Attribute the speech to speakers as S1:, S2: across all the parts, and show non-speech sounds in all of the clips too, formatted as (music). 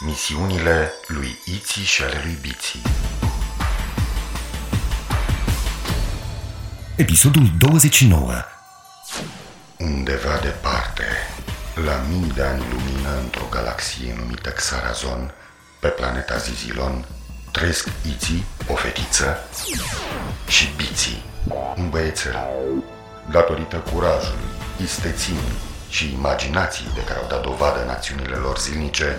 S1: Misiunile lui Iții și ale lui Biții.
S2: Episodul 29
S1: Undeva departe, la mii de ani lumină într-o galaxie numită Xarazon, pe planeta Zizilon, trăiesc Iții, o fetiță, și Biții, un băiețel. Datorită curajului, isteții și imaginației de care au dat dovadă în acțiunile lor zilnice,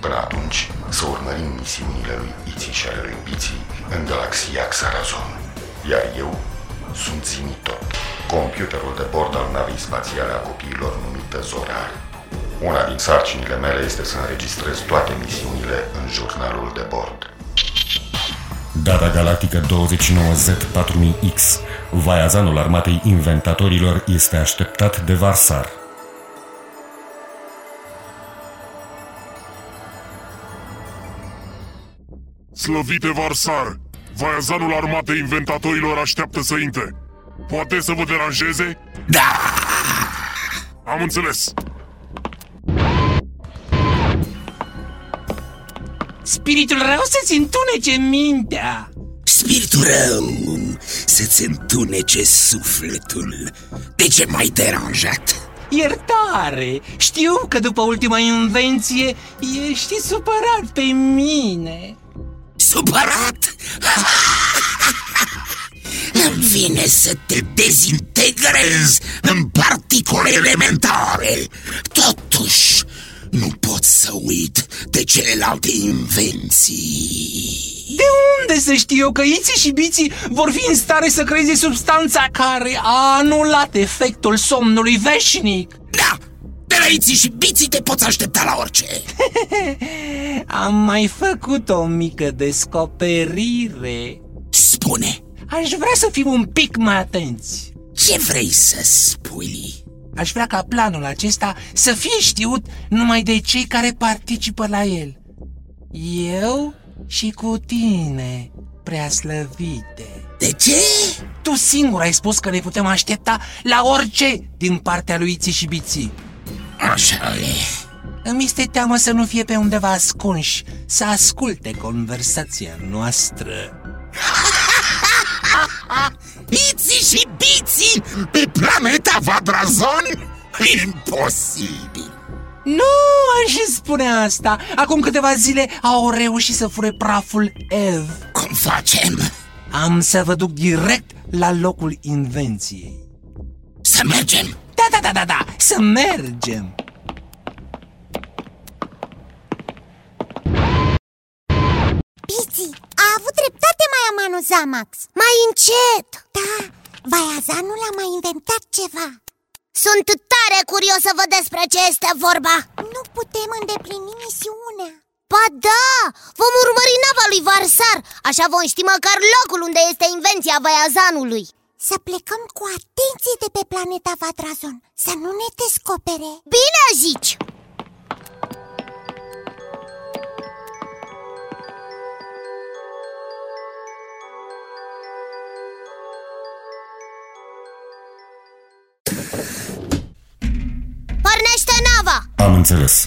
S1: Până atunci, să urmărim misiunile lui Iții și ale lui Biții în galaxia Xarazon. Iar eu sunt Zinito, computerul de bord al navei spațiale a copiilor numită Zorar. Una din sarcinile mele este să înregistrez toate misiunile în jurnalul de bord.
S2: Data galactică 29Z4000X, vaiazanul armatei inventatorilor, este așteptat de Varsar.
S3: Slăvite Varsar! Vaiazanul armatei inventatorilor așteaptă să intre. Poate să vă deranjeze? Da! Am înțeles.
S4: Spiritul rău să-ți întunece mintea
S5: Spiritul rău să-ți întunece sufletul. De ce m-ai deranjat? (laughs)
S4: Iertare, știu că după ultima invenție ești supărat pe mine
S5: Supărat? Îmi vine să te dezintegrez în particule elementare. Totuși, nu pot să uit de celelalte invenții.
S4: De unde să știu eu că iții și biții vor fi în stare să creeze substanța care a anulat efectul somnului veșnic?
S5: Da, de la iții și biții te poți aștepta la orice.
S4: (laughs) Am mai făcut o mică descoperire
S5: Spune,
S4: Aș vrea să fim un pic mai atenți
S5: ce vrei să spui?
S4: Aș vrea ca planul acesta să fie știut numai de cei care participă la el. Eu și cu tine, preaslăvite.
S5: De ce?
S4: Tu singur ai spus că ne putem aștepta la orice din partea lui Iții și Biții.
S5: Așa e.
S4: Îmi este teamă să nu fie pe undeva ascunși, să asculte conversația noastră.
S5: (laughs) Iții și biții pe planeta Vadrazon? Imposibil!
S4: Nu aș spune asta! Acum câteva zile au reușit să fure praful Ev.
S5: Cum facem?
S4: Am să vă duc direct la locul invenției.
S5: Să mergem!
S4: Da, da, da, da, da, să mergem!
S6: Piții, a avut dreptate mai amanul Zamax Mai încet Da, Vaiazanul a mai inventat ceva Sunt tare curios să văd despre ce este vorba Nu putem îndeplini misiunea Ba da, vom urmări nava lui Varsar Așa vom ști măcar locul unde este invenția Vaiazanului Să plecăm cu atenție de pe planeta Vatrazon Să nu ne descopere Bine zici! Pornește nava!
S2: Am înțeles.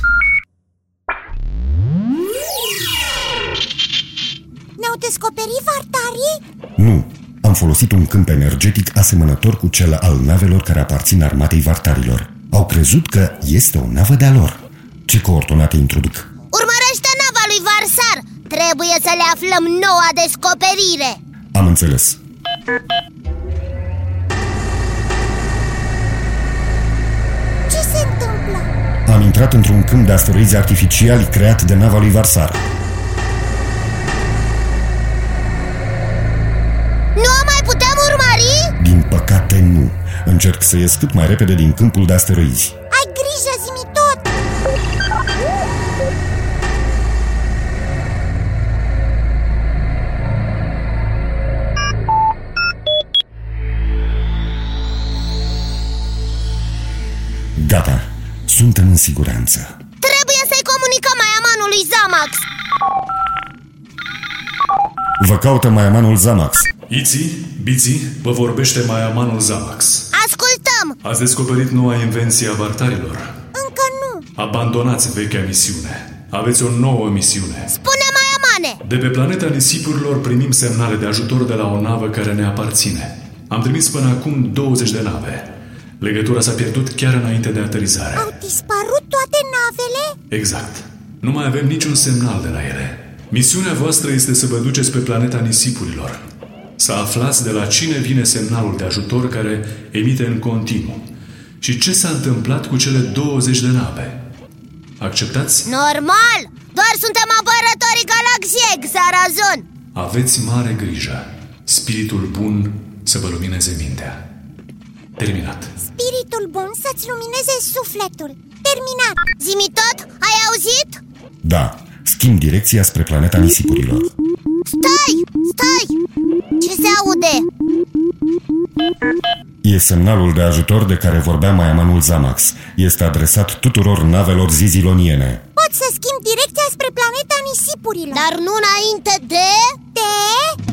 S6: Ne-au descoperit vartarii?
S2: Nu, am folosit un câmp energetic asemănător cu cel al navelor care aparțin armatei vartarilor. Au crezut că este o navă de-a lor. Ce coordonate introduc?
S6: Urmărește nava lui Varsar! Trebuie să le aflăm noua descoperire!
S2: Am înțeles.
S6: Ce se întâmplă?
S2: Am intrat într-un câmp de asteroizi artificiali creat de nava lui Varsar.
S6: Nu o mai putem urmări?
S2: Din păcate nu. Încerc să ies cât mai repede din câmpul de asteroizi.
S6: Ai grijă, zimi tot!
S2: siguranță.
S7: Trebuie să-i comunicăm Maiamanului Zamax
S2: Vă caută maiamanul Zamax.
S8: Iți, Biți, vă vorbește Maiamanul Zamax.
S7: Ascultăm!
S8: Ați descoperit noua invenție a vartarilor.
S7: Încă nu!
S8: Abandonați vechea misiune. Aveți o nouă misiune.
S7: Spune Maiamane!
S8: De pe planeta nisipurilor primim semnale de ajutor de la o navă care ne aparține. Am trimis până acum 20 de nave. Legătura s-a pierdut chiar înainte de aterizare.
S7: Au dispărut toate navele?
S8: Exact. Nu mai avem niciun semnal de la ele. Misiunea voastră este să vă duceți pe planeta nisipurilor. Să aflați de la cine vine semnalul de ajutor care emite în continuu. Și ce s-a întâmplat cu cele 20 de nave. Acceptați?
S7: Normal! Doar suntem apărătorii galaxiei, Xarazon!
S8: Aveți mare grijă. Spiritul bun să vă lumineze mintea. Terminat.
S7: Spiritul bun să-ți lumineze sufletul Terminat! Zimi tot, ai auzit?
S2: Da, schimb direcția spre planeta nisipurilor.
S7: Stai! Stai! Ce se aude?
S2: E semnalul de ajutor de care vorbea maiamanul Zamax. Este adresat tuturor navelor ziziloniene.
S7: Pot să schimb direcția spre planeta nisipurilor Dar nu înainte de... De...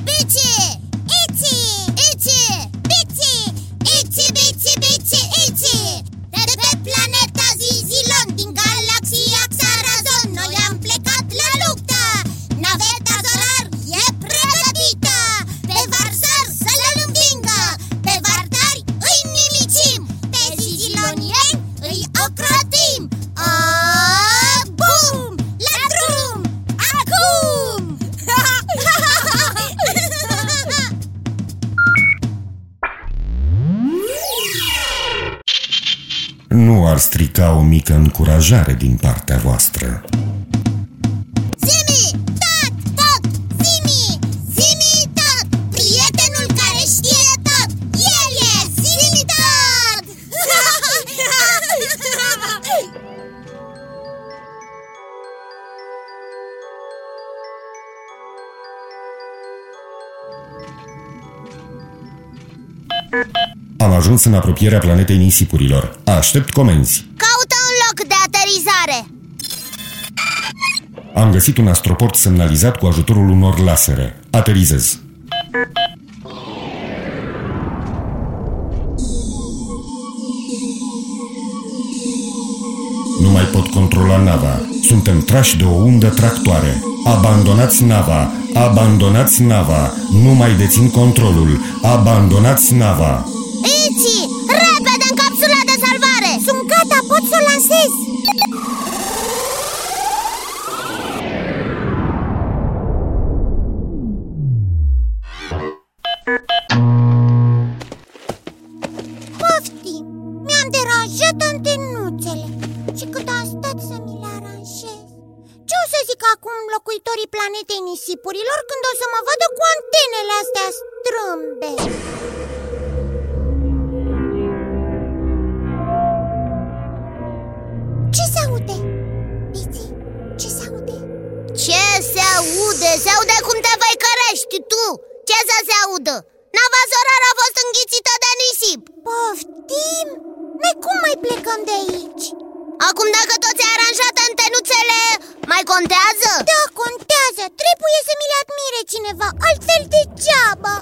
S7: Bici! Ici! Ici! Bici! Ici, bici, bici, ici! De pe planeta Zizilon din galaxia Xarazon Noi am plecat la luptă Naveta Zorar e pregătită Pe Varsar să-l învingă Pe Vardari îi nimicim Pe Zizilonieni îi ocrotim A, bum! La drum! Acum!
S2: Nu ar strica o mică încurajare din partea voastră.
S7: Zimi! Tot! Tot! Zimi! Zimi tot! Prietenul care știe tot! El e Zimi tot! (laughs)
S2: Am ajuns în apropierea planetei nisipurilor. Aștept comenzi.
S7: Caută un loc de aterizare!
S2: Am găsit un astroport semnalizat cu ajutorul unor lasere. Aterizez. Nu mai pot controla nava. Suntem trași de o undă tractoare. Abandonați nava! Abandonați nava! Nu mai dețin controlul! Abandonați nava!
S7: Ici! Repede în capsula de salvare! Sunt gata, pot să o lansez! Poftim! Mi-am deranjat antenuțele Și cât am stat să mi le aranjez Ce o să zic acum locuitorii planetei nisipurilor Când o să mă vadă cu antenele astea strâmbe? Ce se aude? Bici, ce se aude? Ce se aude? Se aude cum te vei cărești tu! Ce să se audă? Nava Zorar a fost înghițită de nisip! Poftim? Mai cum mai plecăm de aici? Acum dacă tot ți-ai aranjat antenuțele, mai contează? Da, contează! Trebuie să mi le admire cineva, altfel degeaba!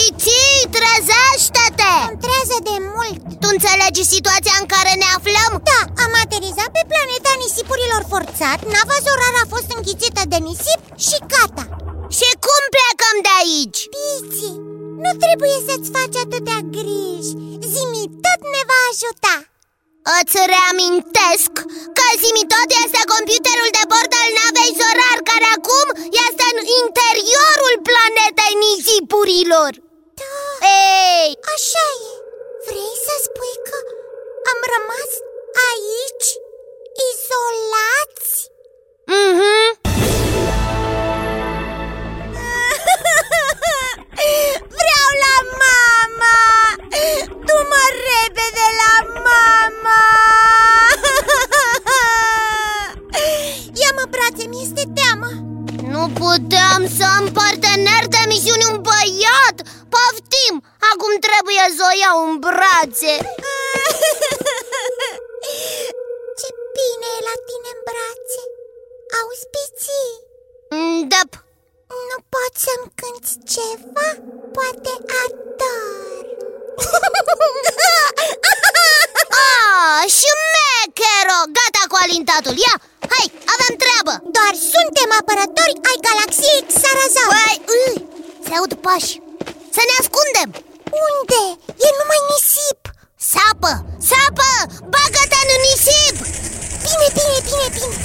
S7: Ici, trezește-te! Contrează de mult! Tu înțelegi situația în care ne aflăm? Da, am aterizat pe planeta nisipurilor forțat, nava Zorar a fost înghițită de nisip și gata! Și cum plecăm de aici? Pici, nu trebuie să-ți faci atâtea griji Zimi tot ne va ajuta Îți reamintesc că Zimi tot este computerul de bord al navei Zorar Care acum este în interiorul planetei nisipurilor Da Ei Așa e Vrei să spui că am rămas aici? Izolați? Mhm (laughs) Vreau la mama! Du-mă repede la mama! Ia mă, brațe, mi este teamă Nu puteam să am partener de misiune un băiat Poftim, acum trebuie să o iau în brațe Ce bine
S6: la tine în brațe Auzi, piții? Da Nu poți să-mi cânti ceva? Poate ador (laughs) Ah, șmechero! Gata cu alintatul, ia! Hai, avem treabă! Doar suntem apărători ai galaxiei Xarazar Băi, Păi, îi, se aud pași Să ne ascundem! Unde? E numai nisip Sapă, sapă, bagă-te în nisip Bine, bine, bine, bine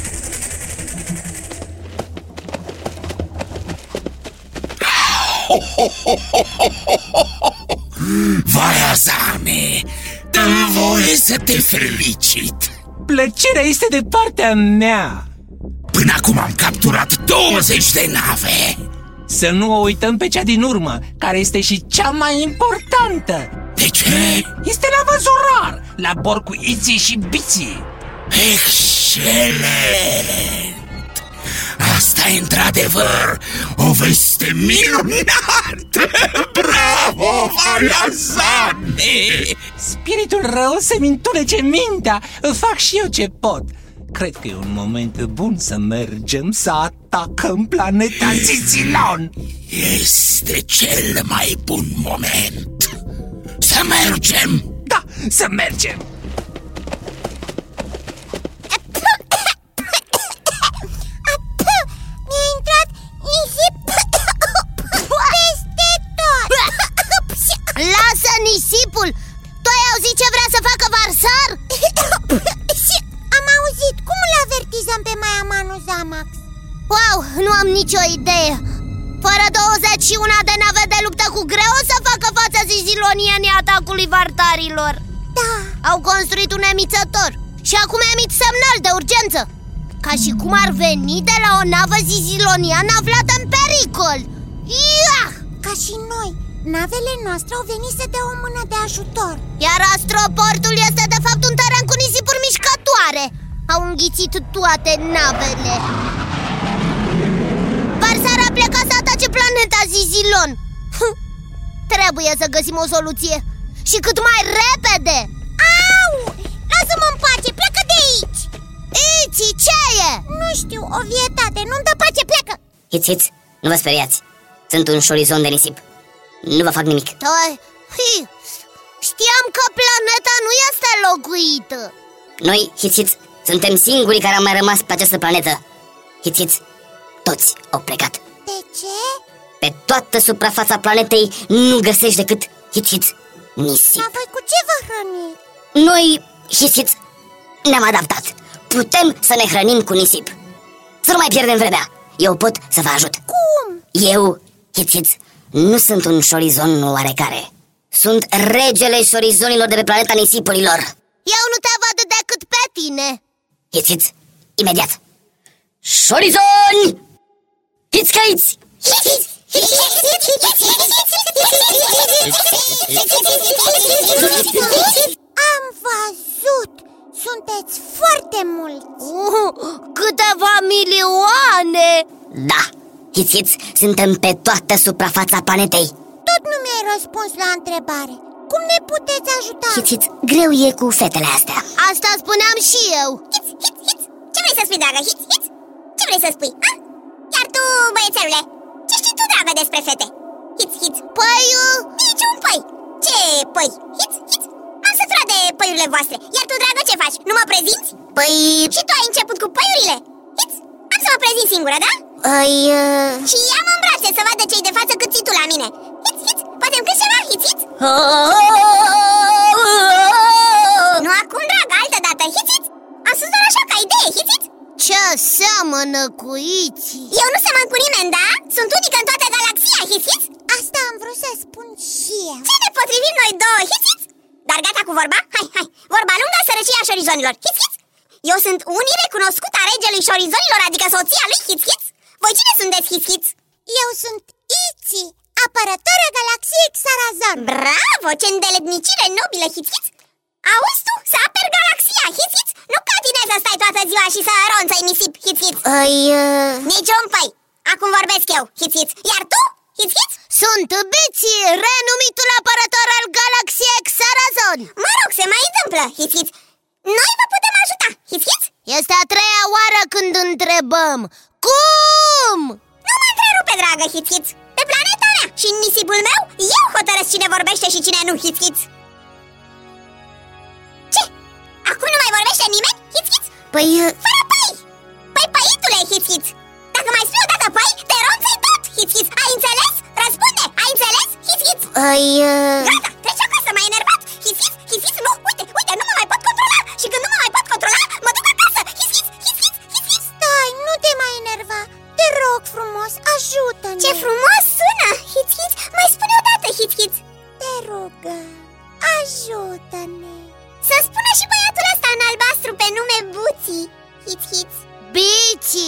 S5: Varazane, dă-mi voie să te felicit!
S4: Plăcerea este de partea mea
S5: Până acum am capturat 20 de nave!
S4: Să nu o uităm pe cea din urmă, care este și cea mai importantă
S5: De ce?
S4: Este la văzurar, la bor cu iții și biții
S5: Excelent! Asta e într-adevăr o veste minunată! Bravo, Varazane!
S4: Spiritul rău se-mi întunece mintea Fac și eu ce pot Cred că e un moment bun să mergem să atacăm planeta Zizilon
S5: Este cel mai bun moment! Să mergem!
S4: Da, să mergem!
S6: Puh, Mi-a intrat nisip peste tot (laughs) Lasă nisipul! Tu ai auzit ce vrea să facă Varsar? Am auzit, cum îl avertizăm pe Maia Manu Zamax? Wow, nu am nicio idee Fără 21 de nave de luptă cu greu o să facă față zizilonienii atacului vartarilor Da Au construit un emițător și acum emit semnal de urgență Ca și cum ar veni de la o navă ziziloniană aflată în pericol Ia! Ca și noi, navele noastre au venit să dea o mână de ajutor Iar astroportul este de fapt un teren cu nisipuri mișcătoare Au înghițit toate navele Varsar a plecat să atace planeta Zizilon Hm, Trebuie să găsim o soluție Și cât mai repede Au! Lasă-mă în pace, pleacă de aici Iți, ce e? Nu știu, o vietate, nu-mi dă pace, pleacă
S9: Hiți, hiți, nu vă speriați. Sunt un șorizon de nisip. Nu vă fac nimic.
S6: Da, hi, știam că planeta nu este locuită
S9: Noi, hiți, hiți, suntem singurii care am mai rămas pe această planetă. Hiți, hiți, toți au plecat.
S6: De ce?
S9: Pe toată suprafața planetei nu găsești decât, hiți, hiți, nisip.
S6: voi cu ce vă hrăniți?
S9: Noi, hiți, hiți, ne-am adaptat. Putem să ne hrănim cu nisip. Să nu mai pierdem vremea. Eu pot să vă ajut.
S6: Cum?
S9: Eu, hițiți, nu sunt un șorizon oarecare. Sunt regele șorizonilor de pe planeta nisipurilor.
S6: Eu nu te văd decât pe tine
S9: Hițiți, imediat. Șorizoni! Hițcăiți!
S6: Am văzut! Sunteți foarte mulți! Uh, câteva milioane!
S9: Da, hițiți, suntem pe toată suprafața planetei.
S6: Tot nu mi-ai răspuns la întrebare. Cum ne puteți ajuta?
S9: Hițiți, greu e cu fetele astea.
S6: Asta spuneam și eu Hiț, hiț, hiț Ce vrei să spui, dragă? Hiț, hiț Ce vrei să spui? A? Iar tu, băiețelule Ce știi tu, dragă, despre fete? Hiț, hiț Păi... Uh... Niciun păi Ce păi? Hiț, hiț M-am săturat de păiurile voastre Iar tu, dragă, ce faci? Nu mă prezinți? Păi... Și tu ai început cu păiurile Hiț, am să mă prezint singură, da?
S9: Ai... Uh...
S6: Și am în brațe să vadă cei de față cât ții tu la mine Hiț, hiț Poate-mi câți ceva? Hiț, hiț Nu acum, dragă, altă dată, hițit! Am spus doar așa ca idee, hițit! Ce seamănă cu iți? Eu nu seamăn cu nimeni, da? Sunt unică în toată galaxia, hițit! Asta am vrut să spun și eu Ce ne potrivim noi două, hițit? Dar gata cu vorba? Hai, hai! Vorba lungă, sărăcia șorizonilor, hițit! Eu sunt unii recunoscut a regelui șorizonilor, adică soția lui, hițit! Voi cine sunteți, hițit? Eu sunt Iți, apărătoarea galaxiei Xarazon Bravo, ce îndeletnicire nobilă, hițit! Auzi tu, să aperi galaxia, hiț-hiț Nu ca tine să stai toată ziua și să ronțăi nisip, hiț-hiț
S9: Ai... Uh...
S6: Niciun păi, acum vorbesc eu, hiț-hiț Iar tu, hiț-hiț? Sunt Bici, renumitul apărător al galaxiei Xarazon Mă rog, se mai întâmplă, hiț-hiț Noi vă putem ajuta, hiț-hiț? Este a treia oară când întrebăm Cum?
S10: Nu mă întrerupe, dragă Hițhiț Pe planeta mea și în nisipul meu Eu hotărăsc cine vorbește și cine nu, Hițhiț Ce? Acum nu mai vorbește nimeni, Hițhiț?
S9: Păi, uh,
S10: Fără păi! Păi păitule, Hițhiț Dacă mai spui o dată păi, te ronțăi tot, Hițhiț Ai înțeles? Răspunde, ai înțeles, Hițhiț?
S9: păi... uh,
S10: Gata, treci acasă, m-ai enervat Hițhiț, hițhiț, nu, uite, uite, nu mă mai pot controla Și când nu mă mai pot controla, mă duc acasă Hițhiț, hițhiț, hițhiț
S6: Stai, nu te mai enerva Te rog frumos, ajută-ne
S10: Ce frumos sună! Hiț-hiț, mai spune o dată, hiț-hiț
S6: Te rugăm, ajută-ne
S10: Să spună și băiatul ăsta în albastru pe nume Buții Hiț-hiț
S6: Bici,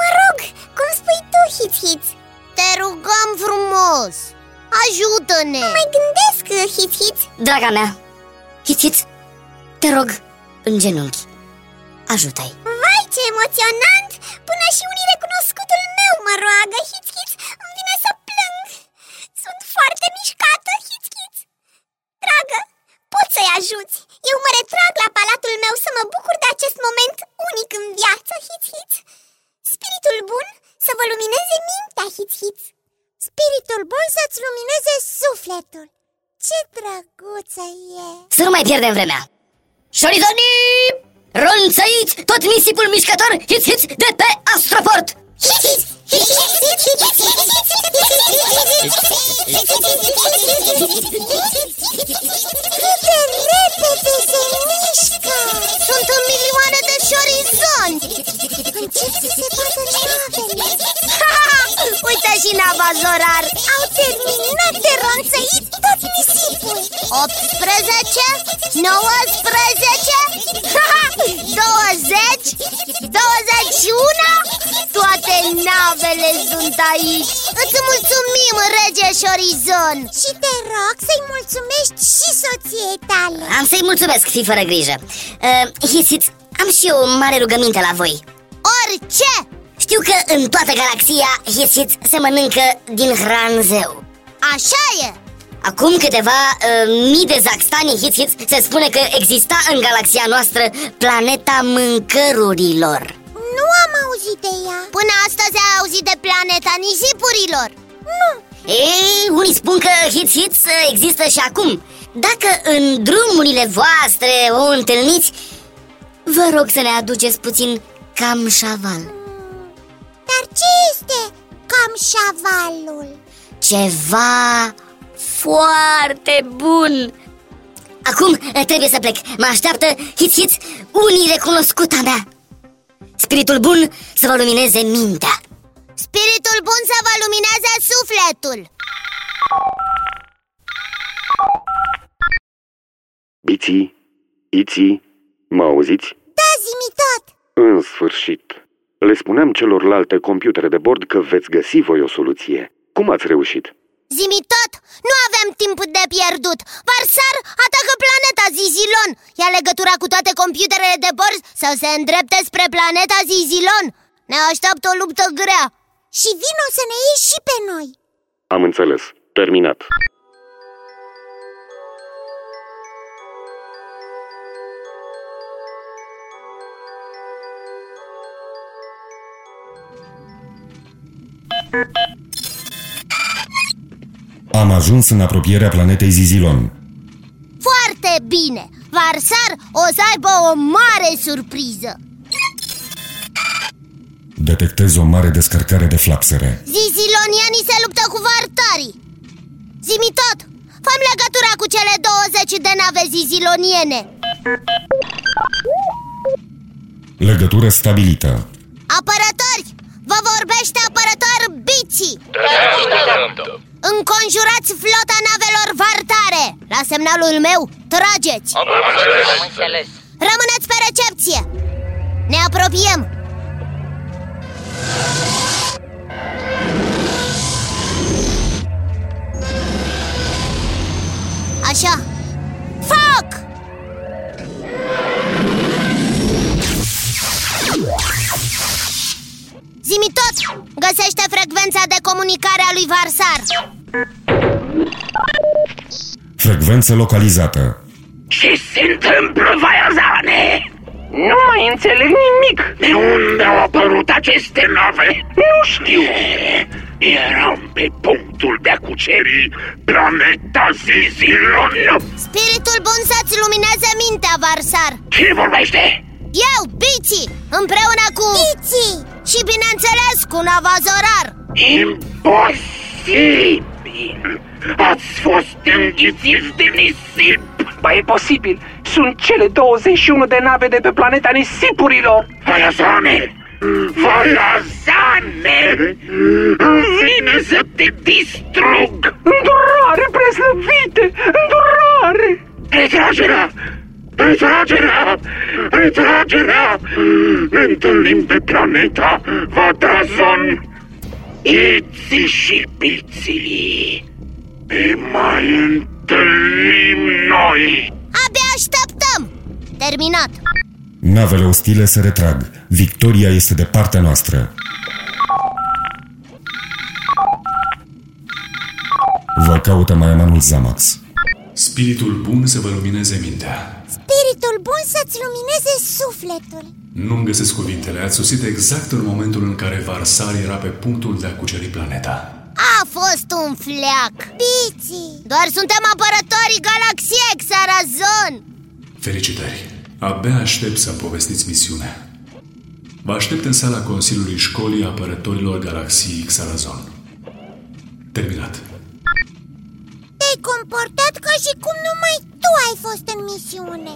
S10: Mă rog, cum
S6: Păi
S10: spui tu, hiț-hiț?
S6: te rugăm frumos Ajută-ne
S10: Mai gândesc, hiț-hiț
S9: Draga mea, Hițit, te rog, în genunchi, ajută-i.
S10: Vai, ce emoționant! Până și unii recunoscutul meu mă roagă, hiț-hiț Îmi vine să plâng Sunt foarte mișcată, hiț-hiț Dragă, poți să-i ajuți Eu mă retrag la palatul meu să mă bucur de acest moment unic în viață, hiț-hiț Spiritul bun să vă lumineze mintea, hiț-hiț
S6: Spiritul bun să-ți lumineze sufletul Ce drăguță e
S9: Să nu mai pierdem vremea. Șorizonii! Ronțăiți tot nisipul mișcător hiț-hiț de pe Astroport!
S10: Hiț-hiț, hiț-hiț, hiț-hiț, hiț-hiț,
S6: Cât de repede se mișcă Sunt un milioane de șorizoni Încep să se vadă navele (laughs) Uite și nava Zorar Au terminat de ronțăit tot nisipul 18 (laughs) 19 20 21 Toate navele sunt aici Îți mulțumim, rege șorizon Și te rog să-i mulțumești și soției tale
S9: Am să-i mulțumesc, fi fără grijă. Uh, hiț am și eu o mare rugăminte la voi.
S6: Orice!
S9: Știu că în toată galaxia hiț se mănâncă din hranzeu.
S6: Așa e!
S9: Acum câteva uh, mii de zacstani hiț se spune că exista în galaxia noastră planeta mâncărurilor.
S6: Nu am auzit de ea Până astăzi ai auzit de planeta nisipurilor Nu
S9: Ei, unii spun că Hits Hits uh, există și acum Dacă în drumurile voastre o întâlniți Vă rog să ne aduceți puțin cam șaval
S6: Dar ce este cam șavalul?
S9: Ceva foarte bun Acum uh, trebuie să plec Mă așteaptă Hits Hits unii recunoscuta mea Spiritul bun să vă lumineze mintea
S6: Spiritul bun să vă lumineze sufletul
S11: Biții, Iții, mă auziți?
S6: Da, zimi tot
S11: În sfârșit. Le spuneam celorlalte computere de bord că veți găsi voi o soluție. Cum ați reușit?
S6: Zimi tot, nu avem timp de pierdut Varsar atacă planeta Zizilon Ia legătura cu toate computerele de bord Să se îndrepte spre planeta Zizilon Ne așteaptă o luptă grea Și vin o să ne iei și pe noi
S11: Am înțeles. Terminat.
S2: Am ajuns în apropierea planetei Zizilon.
S6: Foarte bine! Varsar o să aibă o mare surpriză!
S2: Detectez o mare descărcare de flapsere.
S6: Zizilonianii se luptă cu vartarii! Zimi tot! Făm legătura cu cele 20 de nave ziziloniene!
S2: Legătură stabilită.
S6: Apărători! Vă vorbește apărător Bici! Înconjurați flota navelor vartare! La semnalul meu, trageți! Rămâneți pe recepție! Ne apropiem! Așa! Foc! Zimi tot! Găsește frecvența de comunicare a lui Varsar!
S2: Frecvență localizată.
S5: Ce se întâmplă, vaia zane?
S4: Nu mai înțeleg nimic.
S5: De unde au apărut aceste nave?
S4: Nu știu.
S5: Eram pe punctul de a cuceri planeta Zizilon.
S6: Spiritul bun să-ți luminează mintea, Varsar.
S5: Cine vorbește?
S6: Eu, Bici, împreună cu... Bici! Și bineînțeles cu Navazorar.
S5: Imposibil! Ați fost înghițiți de nisip!
S4: Ba e posibil, sunt cele 21 de nave de pe planeta nisipurilor
S5: Valazane! Valazane! Vine să te distrug!
S4: Îndurare, preslăvite! Îndurare!
S5: Retragerea! Retragerea! Retragerea! Ne întâlnim pe planeta Vadrazon! Iții și piții! Ne mai întâlnim noi!
S6: Abia așteptăm! Terminat!
S2: Navele ostile se retrag. Victoria este de partea noastră. Vă caută mai amanul Zamax.
S8: Spiritul bun să vă lumineze mintea.
S7: Spiritul bun să-ți lumineze sufletul.
S8: Nu-mi găsesc cuvintele, ați sosit exact în momentul în care Varsar era pe punctul de a cuceri planeta.
S6: A fost un fleac
S7: Piții!
S6: Doar suntem apărătorii galaxiei Xarazon
S8: Felicitări! Abia aștept să-mi povestiți misiunea. Vă aștept în sala Consiliului Școlii Apărătorilor Galaxiei Xarazon. Terminat.
S7: Te-ai comportat ca și cum numai tu ai fost în misiune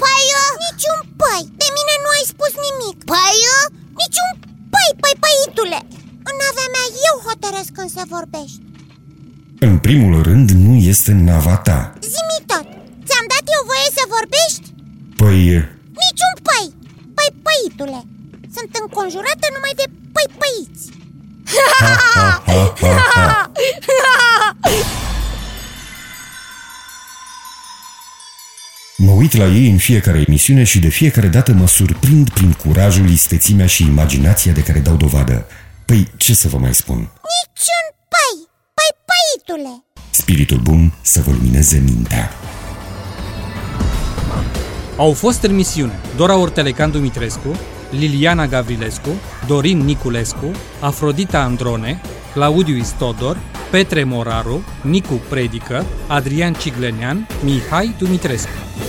S6: Păi, uh,
S7: Niciun păi, de mine nu ai spus nimic
S6: păi, uh,
S7: Niciun păi, păi, păitule În avea mea eu hotărăsc când să vorbești
S2: În primul rând, nu este nava ta.
S7: Zimi tot, ți-am dat eu voie să vorbești?
S2: Păi,
S7: Niciun păi, păi, păitule Sunt înconjurată numai de păi, păiți
S2: ha, ha, ha, ha, ha. Mă uit la ei în fiecare emisiune și de fiecare dată mă surprind prin curajul, istețimea și imaginația de care dau dovadă. Păi, ce să vă mai spun?
S7: Niciun păi, păi, păitule
S2: Spiritul bun să vă lumineze mintea.
S12: Au fost în misiune Dora Ortelecan Dumitrescu, Liliana Gavrilescu, Dorin Niculescu, Afrodita Androne, Claudiu Istodor, Petre Moraru, Nicu Predică, Adrian Ciglenean, Mihai Dumitrescu.